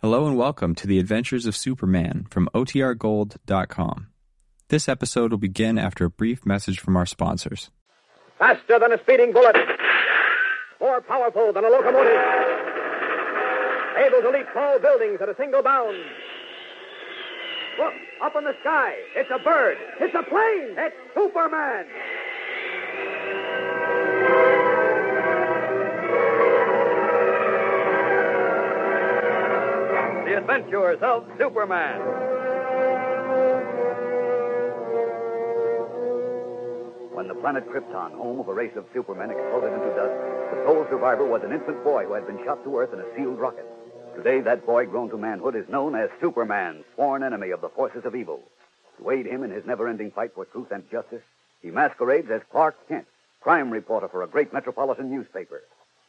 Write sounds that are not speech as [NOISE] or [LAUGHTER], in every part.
Hello and welcome to the Adventures of Superman from OTRGold.com. This episode will begin after a brief message from our sponsors. Faster than a speeding bullet. More powerful than a locomotive. Able to leap tall buildings at a single bound. Look, up in the sky. It's a bird. It's a plane. It's Superman. The Adventures of Superman. When the planet Krypton, home of a race of supermen, exploded into dust, the sole survivor was an infant boy who had been shot to Earth in a sealed rocket. Today, that boy grown to manhood is known as Superman, sworn enemy of the forces of evil. To aid him in his never ending fight for truth and justice, he masquerades as Clark Kent, crime reporter for a great metropolitan newspaper.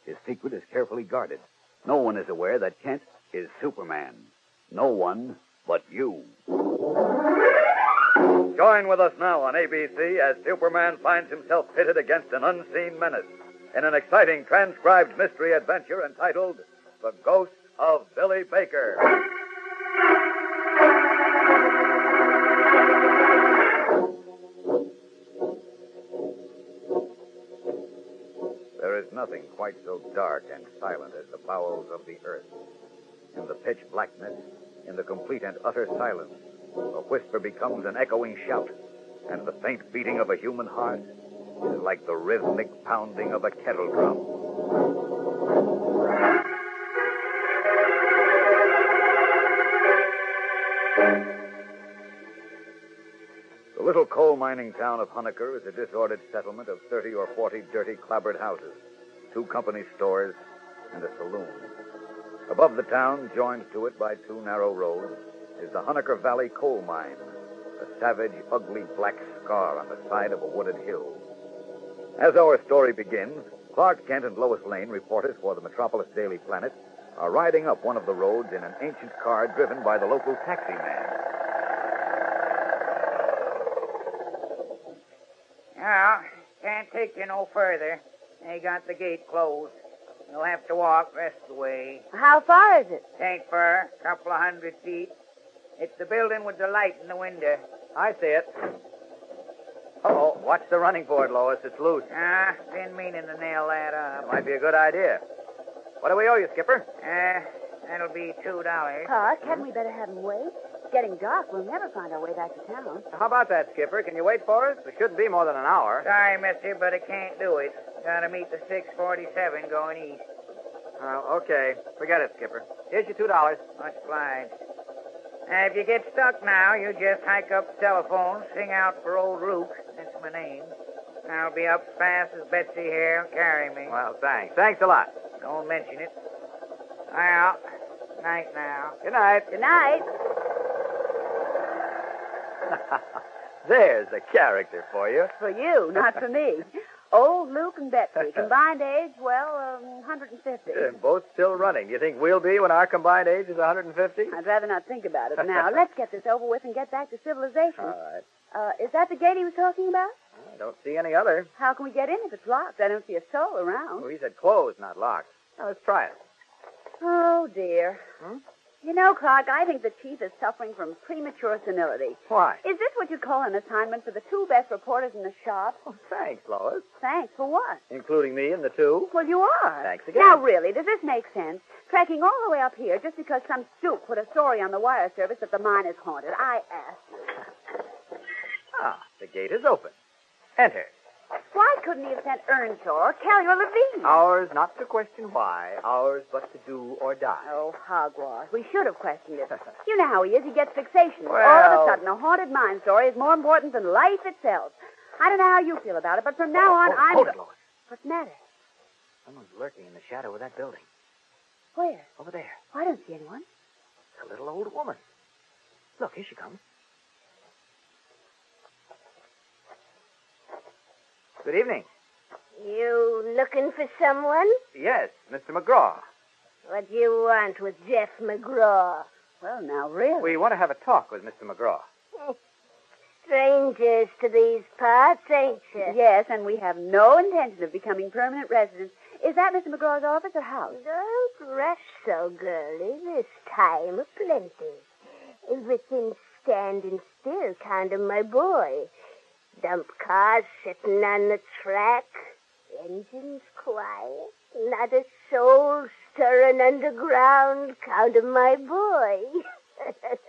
His secret is carefully guarded. No one is aware that Kent is Superman. No one but you. Join with us now on ABC as Superman finds himself pitted against an unseen menace in an exciting transcribed mystery adventure entitled The Ghost of Billy Baker. There is nothing quite so dark and silent as the bowels of the earth. In the pitch blackness, in the complete and utter silence, a whisper becomes an echoing shout, and the faint beating of a human heart is like the rhythmic pounding of a kettle drum. The little coal mining town of Huneker is a disordered settlement of 30 or 40 dirty, clabbered houses, two company stores, and a saloon. Above the town, joined to it by two narrow roads, is the Huneker Valley coal mine, a savage, ugly black scar on the side of a wooded hill. As our story begins, Clark Kent and Lois Lane, reporters for the Metropolis Daily Planet, are riding up one of the roads in an ancient car driven by the local taxi man. Yeah, can't take you no further. They got the gate closed. You'll have to walk rest of the way. How far is it? Tank fur, couple of hundred feet. It's the building with the light in the window. I see it. Oh, watch the running board, Lois. It's loose. Ah, been meaning to nail that That up. might be a good idea. What do we owe you, Skipper? Uh, that'll be two dollars. Clark, hadn't we better have him wait? It's getting dark. We'll never find our way back to town. How about that, Skipper? Can you wait for us? It shouldn't be more than an hour. Sorry, mister, but I can't do it. Gotta meet the 647 going east. Oh, okay. Forget it, Skipper. Here's your two dollars. Much obliged. Uh, if you get stuck now, you just hike up the telephone, sing out for old Rook. That's my name. I'll be up fast as Betsy here will carry me. Well, thanks. Thanks a lot. Don't mention it. Well, night now. Good night. Good night. There's a character for you. For you, not for me. Old Luke [LAUGHS] and Betsy, combined age, well, um, 150. And both still running. Do you think we'll be when our combined age is 150? I'd rather not think about it [LAUGHS] now. Let's get this over with and get back to All civilization. right. Uh, is that the gate he was talking about? I don't see any other. How can we get in if it's locked? I don't see a soul around. Oh, he said closed, not locked. Now, let's try it. Oh, dear. Hmm? You know, Clark, I think the chief is suffering from premature senility. Why? Is this what you call an assignment for the two best reporters in the shop? Oh, thanks, Lois. Thanks. For what? Including me and the two. Well, you are. Thanks again. Now, really, does this make sense? Trekking all the way up here just because some stoop put a story on the wire service that the mine is haunted. I asked you. Ah, the gate is open. Enter. Why couldn't he have sent Earnshaw or Kelly or Levine? Ours not to question why, ours but to do or die. Oh, hogwash. We should have questioned it. You know how he is. He gets fixation. all Well- of a sudden, a haunted mine story is more important than life itself. I don't know how you feel about it, but from now on, oh, I'm... Hold it, Lois. What's the matter? Someone's lurking in the shadow of that building. Where? Over there. I don't see anyone. A little old woman. Look, here she comes. Good evening. You looking for someone? Yes, Mr. McGraw. What do you want with Jeff McGraw? Well, now, really. We want to have a talk with Mr. McGraw. Strangers to these parts, ain't you? Yes, and we have no intention of becoming permanent residents. Is that Mr. McGraw's office or house? Don't rush so, girlie. This time a plenty. Everything standing still, kind of my boy. Dump cars sitting on the track. Engines quiet. Not a soul stirring underground, kind of my boy. [LAUGHS]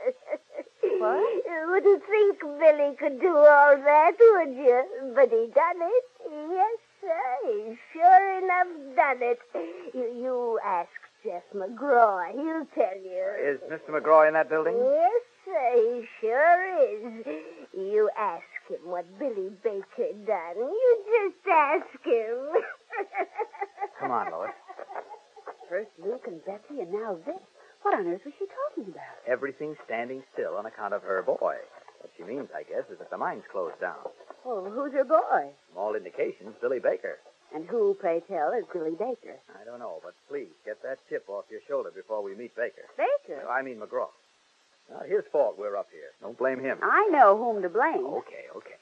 What? You wouldn't think Billy could do all that, would you? But he done it. Yes, sir. He sure enough done it. You, you ask Jeff McGraw. He'll tell you. Is Mr. McGraw in that building? Yes, sir. He sure is. You ask him what Billy Baker done. You just ask him. [LAUGHS] Come on, Lois. First Luke and Betsy and now this. What on earth was she talking about? Everything's standing still on account of her boy. What she means, I guess, is that the mine's closed down. Oh, Well, who's her boy? From all indications, Billy Baker. And who, pray tell, is Billy Baker? I don't know, but please get that chip off your shoulder before we meet Baker. Baker? I mean McGraw. Not his fault we're up here. Don't blame him. I know whom to blame. Okay, okay.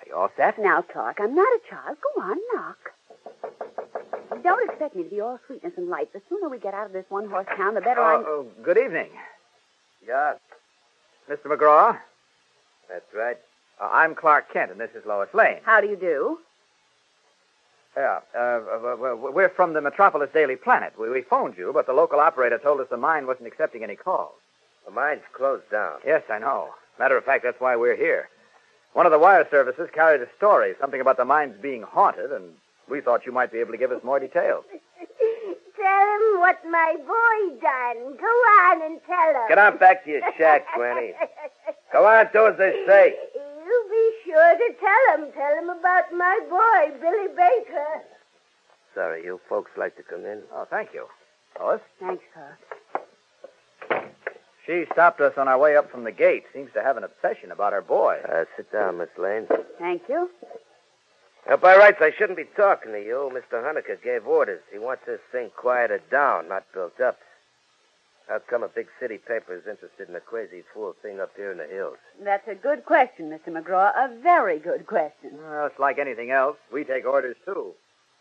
Are you all set? Now talk. I'm not a child. Go on, knock. Don't expect me to be all sweetness and light. The sooner we get out of this one horse town, the better Uh, I'm. oh, good evening. Yeah. Mr. McGraw? That's right. Uh, I'm Clark Kent, and this is Lois Lane. How do you do? Yeah. Uh, uh, uh, we're from the Metropolis Daily Planet. We, we phoned you, but the local operator told us the mine wasn't accepting any calls. The mine's closed down. Yes, I know. Matter of fact, that's why we're here. One of the wire services carried a story, something about the mines being haunted, and we thought you might be able to give us more details. tell him what my boy done. Go on and tell him. Get on back to your shack, [LAUGHS] Granny. Go on, do as they say. You be sure to tell him. Tell him about my boy, Billy Baker. Sorry, you folks like to come in. Oh, thank you. Lois? Thanks, Clark. She stopped us on our way up from the gate. Seems to have an obsession about her boy. Uh, sit down, Miss Lane. Thank you. Now, by rights, I shouldn't be talking to you. Mr. Hunniker gave orders. He wants this thing quieted down, not built up. How come a big city paper is interested in a crazy fool thing up here in the hills? That's a good question, Mr. McGraw. A very good question. Well, it's like anything else. We take orders, too.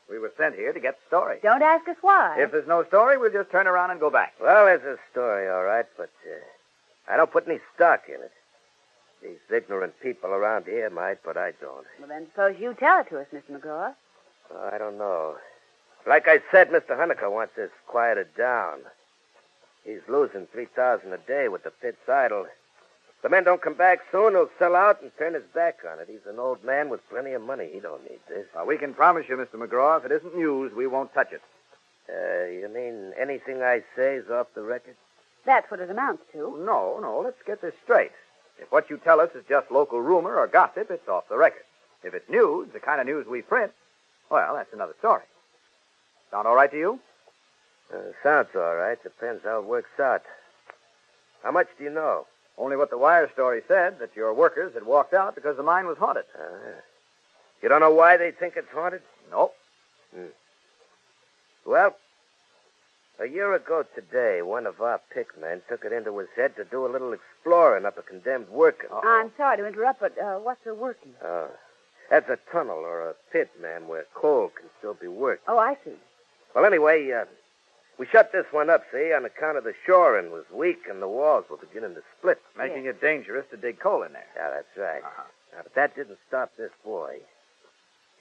We were sent here to get the story. Don't ask us why. If there's no story, we'll just turn around and go back. Well, there's a story, all right, but uh, I don't put any stock in it. These ignorant people around here might, but I don't. Well, then suppose you tell it to us, Mr. McGraw. Oh, I don't know. Like I said, Mr. Hunniker wants this quieted down. He's losing three thousand a day with the pits idle. If the men don't come back soon, he'll sell out and turn his back on it. He's an old man with plenty of money. He don't need this. Uh, we can promise you, Mr. McGraw, if it isn't news, we won't touch it. Uh, you mean anything I say is off the record? That's what it amounts to. No, no, let's get this straight. If what you tell us is just local rumor or gossip, it's off the record. If it's news, the kind of news we print, well, that's another story. Sound all right to you? Uh, sounds all right. Depends how it works out. How much do you know? Only what the wire story said, that your workers had walked out because the mine was haunted. Uh, you don't know why they think it's haunted? Nope. Well, a year ago today, one of our pickmen took it into his head to do a little exploring up a condemned working. I'm sorry to interrupt, but uh, what's her working? Uh, that's a tunnel or a pit, ma'am, where coal can still be worked. Oh, I see. Well, anyway, uh, we shut this one up, see, on account of the shoring was weak and the walls were beginning to split. Making it dangerous to dig coal in there. Yeah, that's right. Uh-huh. Now, but that didn't stop this boy.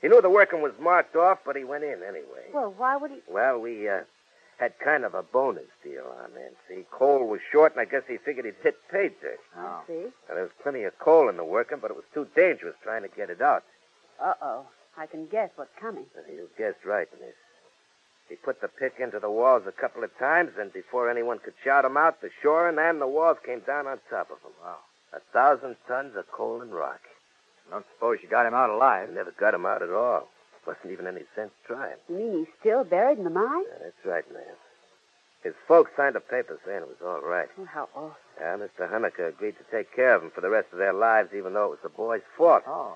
He knew the working was marked off, but he went in anyway. Well, why would he? Well, we uh, had kind of a bonus deal on that. See, coal was short, and I guess he figured he'd hit pay dirt. Oh. See? Now, there was plenty of coal in the working, but it was too dangerous trying to get it out. Uh oh. I can guess what's coming. Uh, You guessed right, miss. He put the pick into the walls a couple of times, and before anyone could shout him out, the shoring and the walls came down on top of him. Wow. A thousand tons of coal and rock. Don't suppose you got him out I alive. never got him out at all. Wasn't even any sense trying. You mean he's still buried in the mine? Yeah, that's right, ma'am. His folks signed a paper saying it was all right. Oh, how awful. Yeah, Mr. Hunniker agreed to take care of him for the rest of their lives, even though it was the boy's fault. Oh.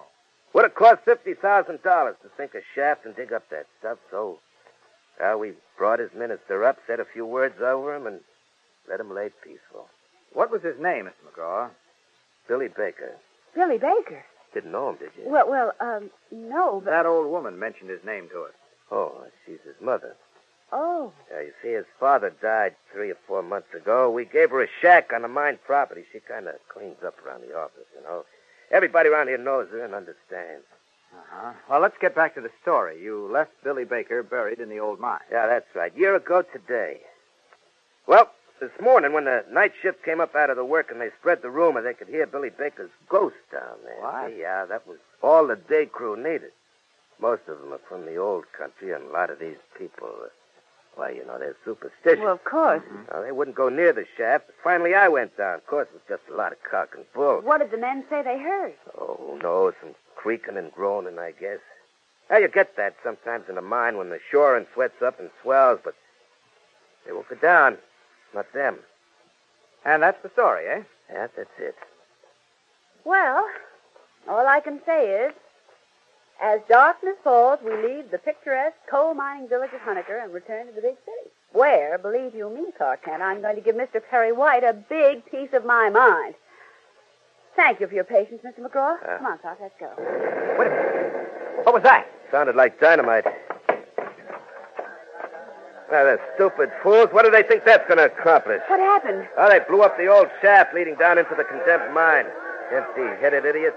Would have cost fifty thousand dollars to sink a shaft and dig up that stuff, so uh, we brought his minister up, said a few words over him, and let him lay peaceful. What was his name, Mr. McGraw? Billy Baker. Billy Baker. Didn't know him, did you? Well, well, um, no, but That old woman mentioned his name to us. Oh, she's his mother. Oh. Yeah, you see, his father died three or four months ago. We gave her a shack on the mine property. She kind of cleans up around the office, you know. Everybody around here knows her and understands. Uh-huh. Well, let's get back to the story. You left Billy Baker buried in the old mine. Yeah, that's right. Year ago today. Well, this morning when the night shift came up out of the work and they spread the rumor, they could hear Billy Baker's ghost down there. What? Yeah, that was all the day crew needed. Most of them are from the old country, and a lot of these people, uh, why, you know, they're superstitious. Well, of course. Uh, they wouldn't go near the shaft. Finally, I went down. Of course, it was just a lot of cock and bull. What did the men say they heard? Oh, who knows? Some creaking and groaning, I guess. Now, you get that sometimes in a mine when the shoring sweats up and swells, but they won't go down. Not them. And that's the story, eh? Yeah, that's it. Well, all I can say is, as darkness falls, we leave the picturesque coal mining village of Hunniker and return to the big city. Where, believe you me, Clarkant, I'm going to give Mr. Perry White a big piece of my mind. Thank you for your patience, Mr. McGraw. Uh. Come on, Clark, let's go. Wait a minute. What was that? Sounded like dynamite. Now, the stupid fools, what do they think that's going to accomplish? What happened? Oh, they blew up the old shaft leading down into the condemned mine. Empty-headed idiots.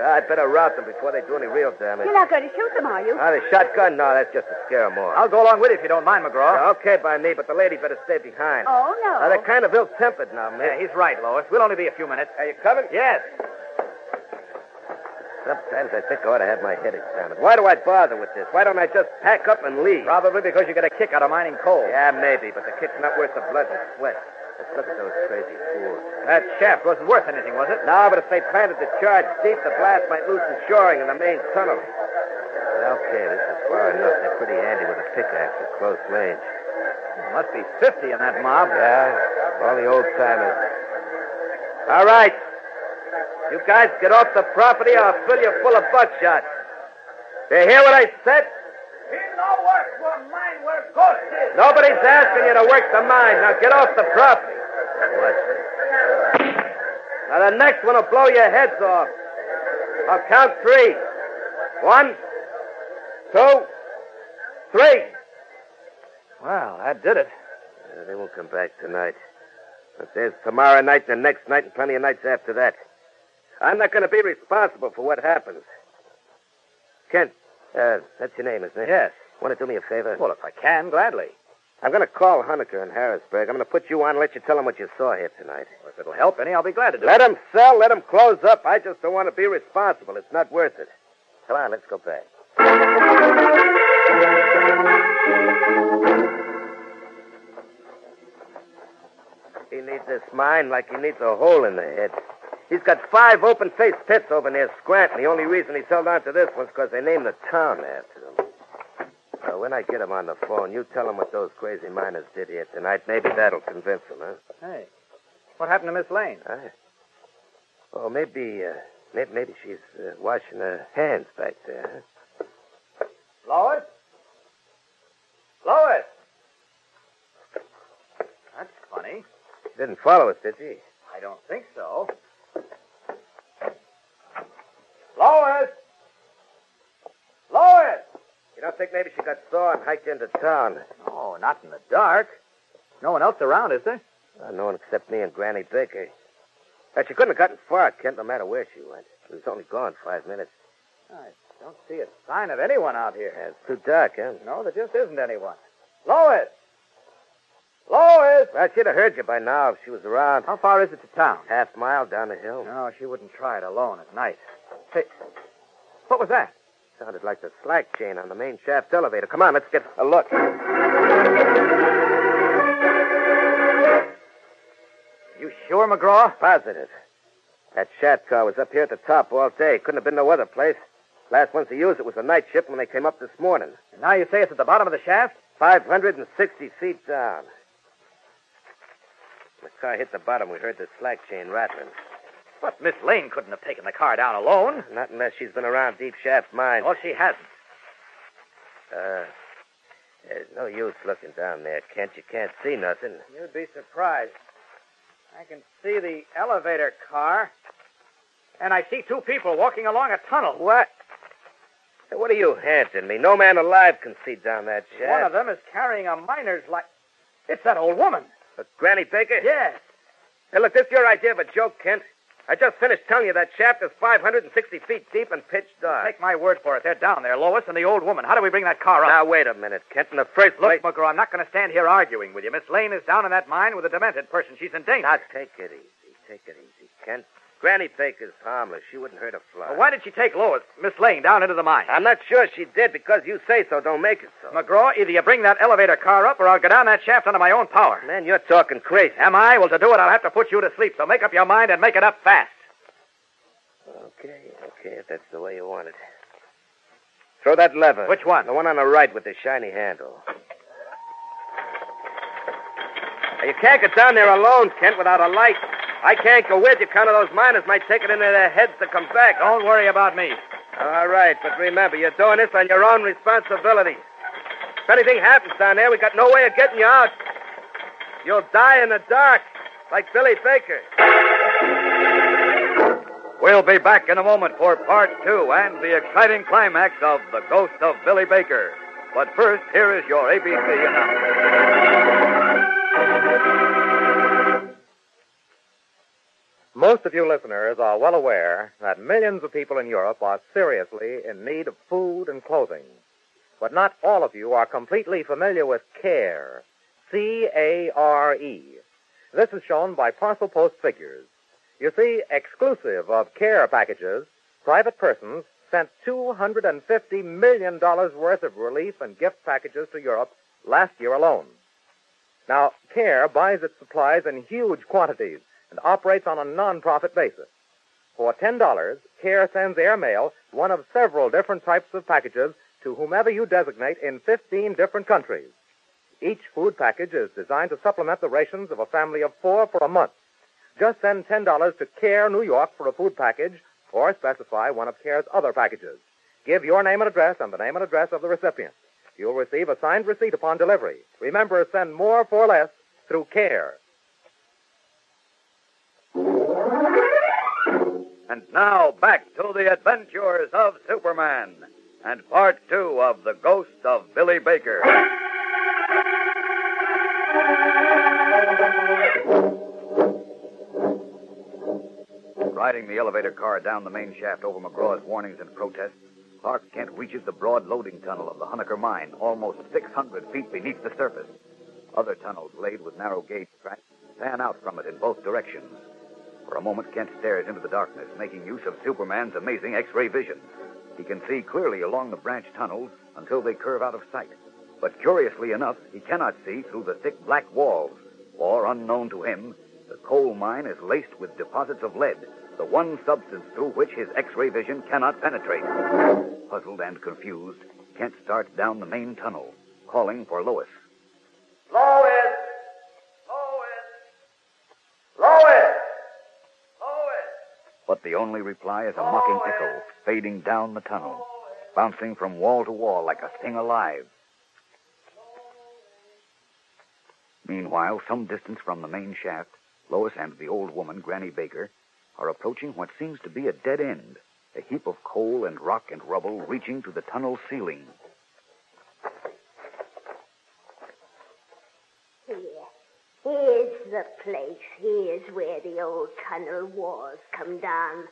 Ah, I'd better rout them before they do any real damage. You're not going to shoot them, are you? Ah, the shotgun? No, that's just to scare them off. I'll go along with you if you don't mind, McGraw. Yeah, okay by me, but the lady better stay behind. Oh, Now, they're no. kind of ill-tempered now, Yeah, man. he's right, Lois. We'll only be a few minutes. Are you coming? Yes. Sometimes I think I ought to have my head examined. Why do I bother with this? Why don't I just pack up and leave? Probably because you get a kick out of mining coal. Yeah, maybe, but the kick's not worth the blood and sweat. Let's look at those crazy fools. That shaft Wasn't worth anything, was it? No, but if they planted the charge deep, the blast might loosen shoring in the main tunnel. Okay, this is far enough. They're pretty handy with a pickaxe at close range. Must be 50 in that mob. Yeah, all the old timers. All right. You guys get off the property or I'll fill you full of buckshot. You hear what I said? Nobody's asking you to work the mine. Now get off the property. Watch this. Now the next one will blow your heads off. I'll count three. One, two, three. Well, that did it. Uh, they won't come back tonight. But there's tomorrow night, and the next night, and plenty of nights after that. I'm not going to be responsible for what happens. Kent, uh, that's your name, isn't it? Yes. Want to do me a favor? Well, if I can, gladly. I'm going to call Hunniker in Harrisburg. I'm going to put you on and let you tell him what you saw here tonight. If it'll help any, I'll be glad to do Let him sell, let him close up. I just don't want to be responsible. It's not worth it. Come on, let's go back. He needs this mine like he needs a hole in the head. He's got five open faced pits over near Scranton. The only reason he's held on to this one's because they named the town after him. Well, when I get him on the phone, you tell him what those crazy miners did here tonight. Maybe that'll convince him, huh? it. Hey, what happened to Miss Lane? I... Oh, maybe, uh, maybe, maybe she's uh, washing her hands back there. Lois? Lois! That's funny. Huh? Didn't follow us, did she? I don't think so. Lois! Lois! You don't think maybe she got sore and hiked into town? Oh, not in the dark. No one else around, is there? Uh, no one except me and Granny Baker. Uh, she couldn't have gotten far, Kent, no matter where she went. She was only gone five minutes. I don't see a sign of anyone out here. Yeah, it's too dark, huh? No, there just isn't anyone. Lois! Lois! Well, she'd have heard you by now if she was around. How far is it to town? Oh. Half mile down the hill. No, she wouldn't try it alone at night. Hey, what was that? Sounded like the slack chain on the main shaft elevator. Come on, let's get a look. You sure, McGraw? Positive. That shaft car was up here at the top all day. Couldn't have been no other place. Last ones to use it was the night shift when they came up this morning. And now you say it's at the bottom of the shaft? 560 feet down. The car hit the bottom. We heard the slack chain rattling. But Miss Lane couldn't have taken the car down alone. Not unless she's been around Deep Shaft Mine. Oh, she hasn't. Uh, there's no use looking down there, Kent. You can't see nothing. You'd be surprised. I can see the elevator car. And I see two people walking along a tunnel. What? Hey, what are you handing me? No man alive can see down that shaft. One of them is carrying a miner's light. It's that old woman. Uh, Granny Baker? Yes. Hey, look, this your idea of a joke, Kent? I just finished telling you that shaft is 560 feet deep and pitch dark. Take my word for it. They're down there, Lois and the old woman. How do we bring that car up? Now, wait a minute, Kent. In the first place... Look, Booker, I'm not going to stand here arguing with you. Miss Lane is down in that mine with a demented person. She's in danger. Now, take it easy. Take it easy, Kent. Granny Baker's harmless. She wouldn't hurt a fly. Well, why did she take Lois, Miss Lane, down into the mine? I'm not sure she did because you say so. Don't make it so. McGraw, either you bring that elevator car up or I'll go down that shaft under my own power. Man, you're talking crazy. Am I? Well, to do it, I'll have to put you to sleep. So make up your mind and make it up fast. Okay, okay, if that's the way you want it. Throw that lever. Which one? The one on the right with the shiny handle. Now, you can't get down there alone, Kent, without a light. I can't go with you. Count of those miners might take it into their heads to come back. Don't worry about me. All right, but remember, you're doing this on your own responsibility. If anything happens down there, we got no way of getting you out. You'll die in the dark, like Billy Baker. We'll be back in a moment for part two and the exciting climax of The Ghost of Billy Baker. But first, here is your ABC announcement. Most of you listeners are well aware that millions of people in Europe are seriously in need of food and clothing. But not all of you are completely familiar with CARE. C A R E. This is shown by parcel post figures. You see, exclusive of CARE packages, private persons sent $250 million worth of relief and gift packages to Europe last year alone. Now, CARE buys its supplies in huge quantities and operates on a non-profit basis. For $10, CARE sends airmail one of several different types of packages to whomever you designate in 15 different countries. Each food package is designed to supplement the rations of a family of four for a month. Just send $10 to CARE New York for a food package or specify one of CARE's other packages. Give your name and address and the name and address of the recipient. You'll receive a signed receipt upon delivery. Remember, send more for less through CARE. And now, back to the adventures of Superman and part two of The Ghost of Billy Baker. Riding the elevator car down the main shaft over McGraw's warnings and protests, Clark Kent reaches the broad loading tunnel of the Huneker mine, almost 600 feet beneath the surface. Other tunnels laid with narrow gauge tracks fan out from it in both directions. For a moment, Kent stares into the darkness, making use of Superman's amazing X ray vision. He can see clearly along the branch tunnels until they curve out of sight. But curiously enough, he cannot see through the thick black walls, for, unknown to him, the coal mine is laced with deposits of lead, the one substance through which his X ray vision cannot penetrate. Puzzled and confused, Kent starts down the main tunnel, calling for Lois. Lois! Lois! Lois! Lois! But the only reply is a mocking echo, fading down the tunnel, bouncing from wall to wall like a thing alive. Meanwhile, some distance from the main shaft, Lois and the old woman, Granny Baker, are approaching what seems to be a dead end, a heap of coal and rock and rubble reaching to the tunnel ceiling. Here. Here's the place. Here's where the old tunnel walls come down.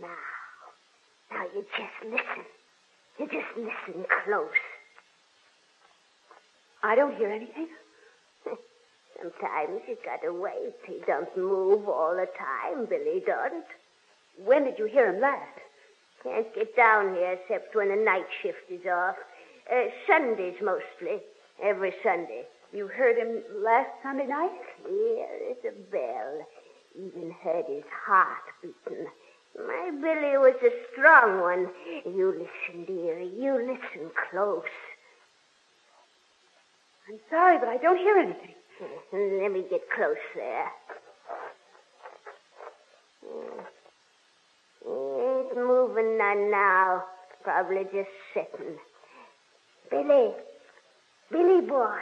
Now, now you just listen. You just listen close. I don't hear anything. [LAUGHS] Sometimes you gotta wait. He don't move all the time, Billy don't. When did you hear him last? Can't get down here except when the night shift is off. Uh, Sundays mostly. Every Sunday. You heard him last Sunday night? Here is a bell. Even heard his heart beating. My Billy was a strong one. You listen, dearie. You listen close. I'm sorry, but I don't hear anything. Let me get close there. Ain't moving none now. Probably just sitting. Billy. Billy boy.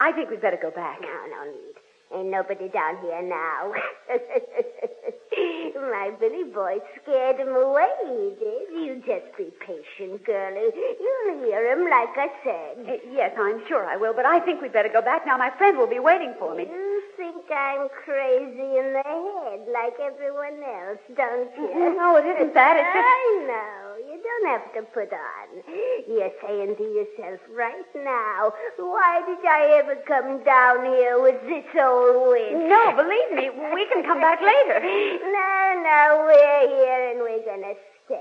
I think we'd better go back. No, no need. Ain't nobody down here now. [LAUGHS] My Billy Boy scared him away, he did. You just be patient, girlie. You'll hear him, like I said. Eh, yes, I'm sure I will, but I think we'd better go back now. My friend will be waiting for me. You think I'm crazy in the head, like everyone else, don't [LAUGHS] you? No, it isn't that. It's just. I know. You don't have to put on. You're saying to yourself right now, why did I ever come down here with this old witch? No, believe me, we can come back [LAUGHS] later. No, no, we're here and we're gonna stay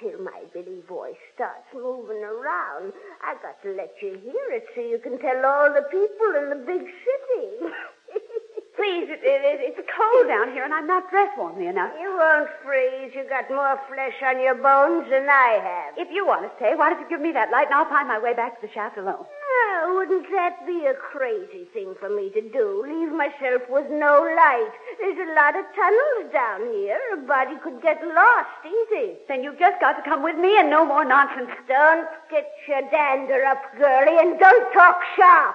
till my Billy boy starts moving around. I got to let you hear it so you can tell all the people in the big city. [LAUGHS] Please, it, it, it- it's cold down here, and I'm not dressed warmly enough. You won't freeze. You got more flesh on your bones than I have. If you want to stay, why don't you give me that light, and I'll find my way back to the shaft alone. Oh, wouldn't that be a crazy thing for me to do? Leave myself with no light. There's a lot of tunnels down here. A body could get lost easy. Then you've just got to come with me, and no more nonsense. Don't get your dander up, girlie, and don't talk sharp.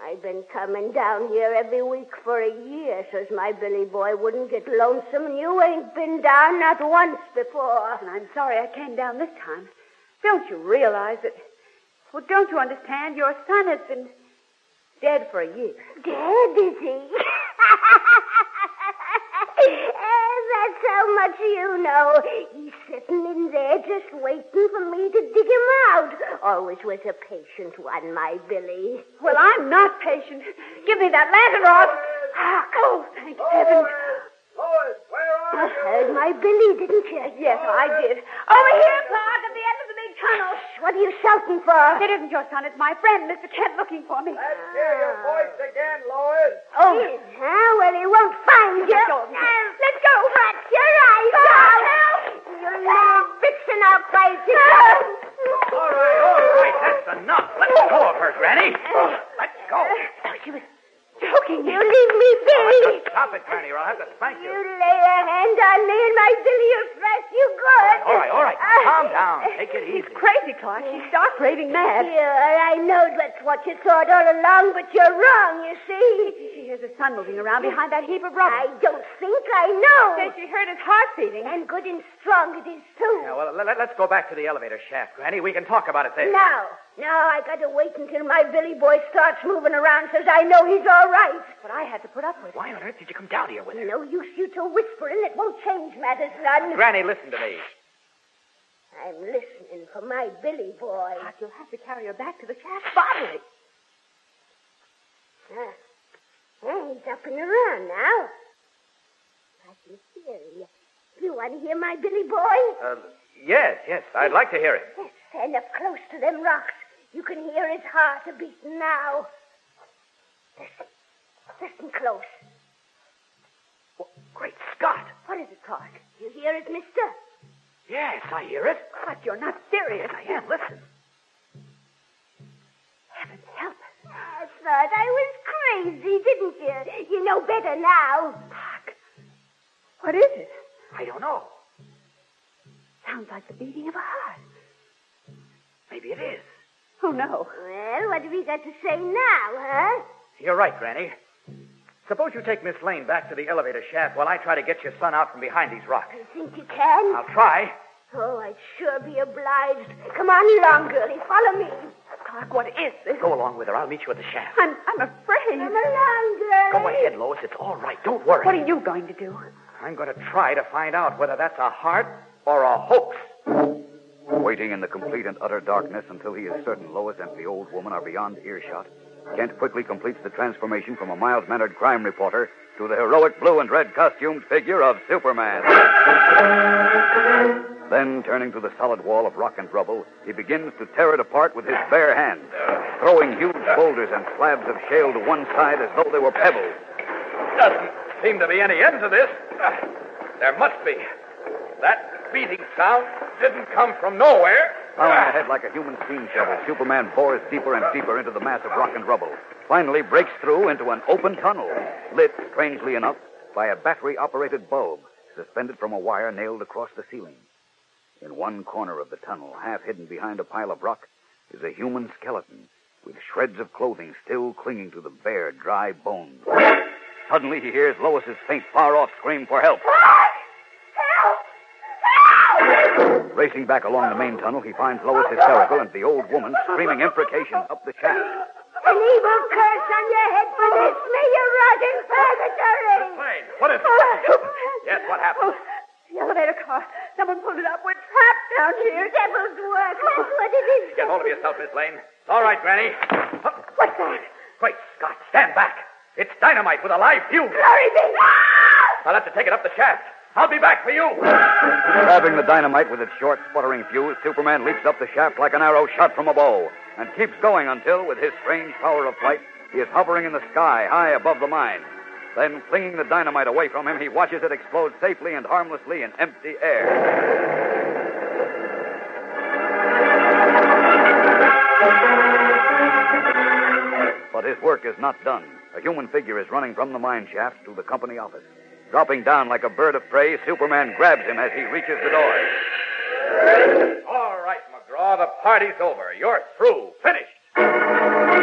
I've been coming down here every week for a year, so's my Billy boy wouldn't get lonesome, and you ain't been down not once before. And I'm sorry I came down this time. Don't you realize that? Well, don't you understand? Your son has been dead for a year. Dead, is he? Eh, That's how much you know. He's sitting in there just waiting for me to dig him out. Always was a patient one, my Billy. Well, I'm not patient. Give me that lantern, Rob. Ah, oh, thank heaven. You heard my Billy, didn't you? Yes, I did. Over here, Claude, at the end of the big tunnel. What are you shouting for? It isn't your son. It's my friend, Mr. Kent, looking for me. Oh. Huh? Well, he won't find you. Let's go. let's go. But your eyes out. You little vixen, I'll fight you. All right, all right, that's enough. Let go of her, Granny. Let go. Joking. You leave me, Billy. Stop it, Granny, or I'll have to spank You lay a hand on me and my Billy will thrash you good. All right, all right. Ah. Calm down. Take [LAUGHS] it easy. Uh, Crazy, Clark. She's stark raving mad. Sure, I know that's what you thought all along, but you're wrong, you see. She hears the sun moving around behind that heap of I rubble. don't think I know. Says she heard his heart beating. And good and strong it is, too. Now, well, let, us go back to the elevator shaft, Granny. We can talk about it there. Now, now I gotta wait until my Billy boy starts moving around so's I know he's all right. But I had to put up with it. Why on earth did you come down here with her? No use you two whispering. It won't change matters, son. Granny, listen to me. I'm listening for my Billy boy. Clark, you'll have to carry her back to the shaft bodily. Ah. Yeah, he's up and around now. I can hear you. You want to hear my Billy boy? Uh, yes, yes, I'd like to hear it. Yes, stand up close to them rocks. You can hear his heart a beating now. Listen, listen close. Great Scott. What is it, Clark? You hear it, mister? Yes, I hear it. Clark, you're not serious. I am. Listen. Heavens help us. I thought I was crazy, didn't you? You know better now. Clark, what is it? I don't know. Sounds like the beating of a heart. Maybe it is. Oh, no. Well, what have we got to say now, huh? You're right, Granny. Suppose you take Miss Lane back to the elevator shaft while I try to get your son out from behind these rocks. You think you can? I'll try. Oh, I'd sure be obliged. Come on along, girlie. Follow me. Clark, what is this? Go along with her. I'll meet you at the shaft. I'm, I'm afraid. Come along, girlie. Go ahead, Lois. It's all right. Don't worry. What are you going to do? I'm going to try to find out whether that's a heart or a hoax. Waiting in the complete and utter darkness until he is certain Lois and the old woman are beyond earshot, Kent quickly completes the transformation from a mild mannered crime reporter to the heroic blue and red costumed figure of Superman. Then, turning to the solid wall of rock and rubble, he begins to tear it apart with his bare hands, throwing huge boulders and slabs of shale to one side as though they were pebbles. Doesn't seem to be any end to this. There must be. That beating sound didn't come from nowhere. Plowing ahead like a human steam shovel, Superman bores deeper and deeper into the mass of rock and rubble. Finally, breaks through into an open tunnel, lit, strangely enough, by a battery-operated bulb suspended from a wire nailed across the ceiling. In one corner of the tunnel, half hidden behind a pile of rock, is a human skeleton with shreds of clothing still clinging to the bare, dry bones. Suddenly, he hears Lois's faint, far off scream for help. Ah! Racing back along the main tunnel, he finds Lois hysterical and the old woman screaming imprecations up the shaft. An evil curse on your head for this. May you rot in purgatory. What is Yes, what Oh, happened? The elevator car. Someone pulled it up. We're trapped down here. Devil's work. That's what it is. Get hold of yourself, Miss Lane. All right, Granny. What's that? Great Scott, stand back. It's dynamite with a live fuse. Hurry, me. I'll have to take it up the shaft. I'll be back for you. Grabbing the dynamite with its short, sputtering fuse, Superman leaps up the shaft like an arrow shot from a bow and keeps going until, with his strange power of flight, he is hovering in the sky high above the mine. Then, flinging the dynamite away from him, he watches it explode safely and harmlessly in empty air. But his work is not done. A human figure is running from the mine shaft to the company office. Dropping down like a bird of prey, Superman grabs him as he reaches the door. All right, McGraw, the party's over. You're through. Finished.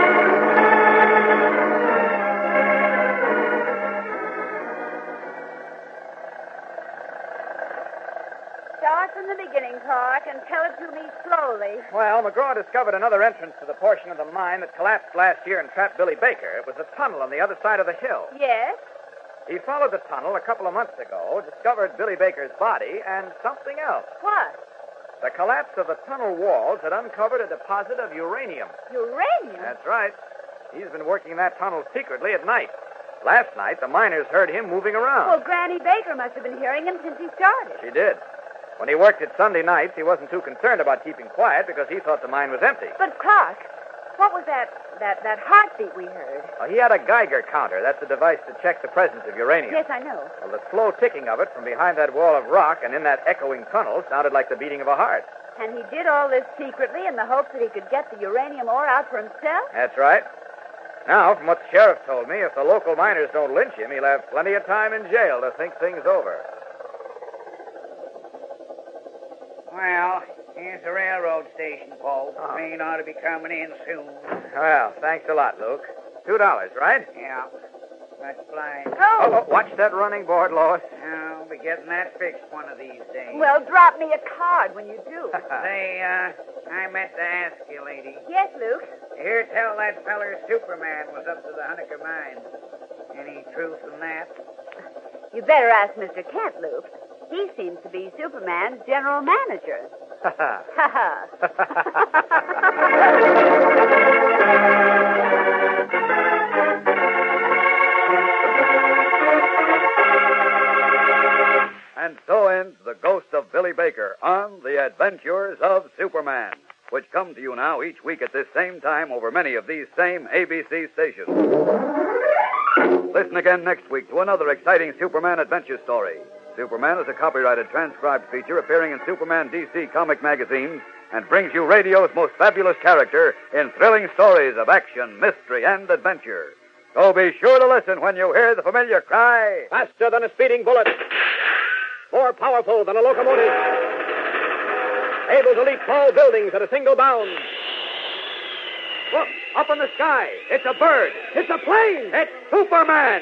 Start from the beginning, Clark, and tell it to me slowly. Well, McGraw discovered another entrance to the portion of the mine that collapsed last year and trapped Billy Baker. It was a tunnel on the other side of the hill. Yes? He followed the tunnel a couple of months ago, discovered Billy Baker's body, and something else. What? The collapse of the tunnel walls had uncovered a deposit of uranium. Uranium? That's right. He's been working that tunnel secretly at night. Last night, the miners heard him moving around. Well, Granny Baker must have been hearing him since he started. She did. When he worked it Sunday nights, he wasn't too concerned about keeping quiet because he thought the mine was empty. But, Clark, what was that, that, that heartbeat we heard? Well, he had a Geiger counter. That's a device to check the presence of uranium. Yes, I know. Well, the slow ticking of it from behind that wall of rock and in that echoing tunnel sounded like the beating of a heart. And he did all this secretly in the hope that he could get the uranium ore out for himself? That's right. Now, from what the sheriff told me, if the local miners don't lynch him, he'll have plenty of time in jail to think things over. Well, here's the railroad station, folks. Oh. Train ought to be coming in soon. Well, thanks a lot, Luke. Two dollars, right? Yeah. That's flying. Oh, oh, watch that running board, Lois. I'll be getting that fixed one of these oh. days. Well, drop me a card when you [LAUGHS] do. Say, uh, I meant to ask you, lady. yes, Luke. Here, tell that feller Superman was up to the Hunniker mine. Any truth in that? You better ask Mr. Kent, Luke. He seems to be Superman's general [LAUGHS] manager. Ha ha. And so ends The Ghost of Billy Baker on The Adventures of Superman, which come to you now each week at this same time over many of these same ABC stations. Listen again next week to another exciting Superman adventure story. Superman is a copyrighted transcribed feature appearing in Superman DC comic magazines and brings you radio's most fabulous character in thrilling stories of action, mystery, and adventure. So be sure to listen when you hear the familiar cry. Faster than a speeding bullet. More powerful than a locomotive. Able to leap tall buildings at a single bound. Look, up in the sky. It's a bird. It's a plane. It's Superman.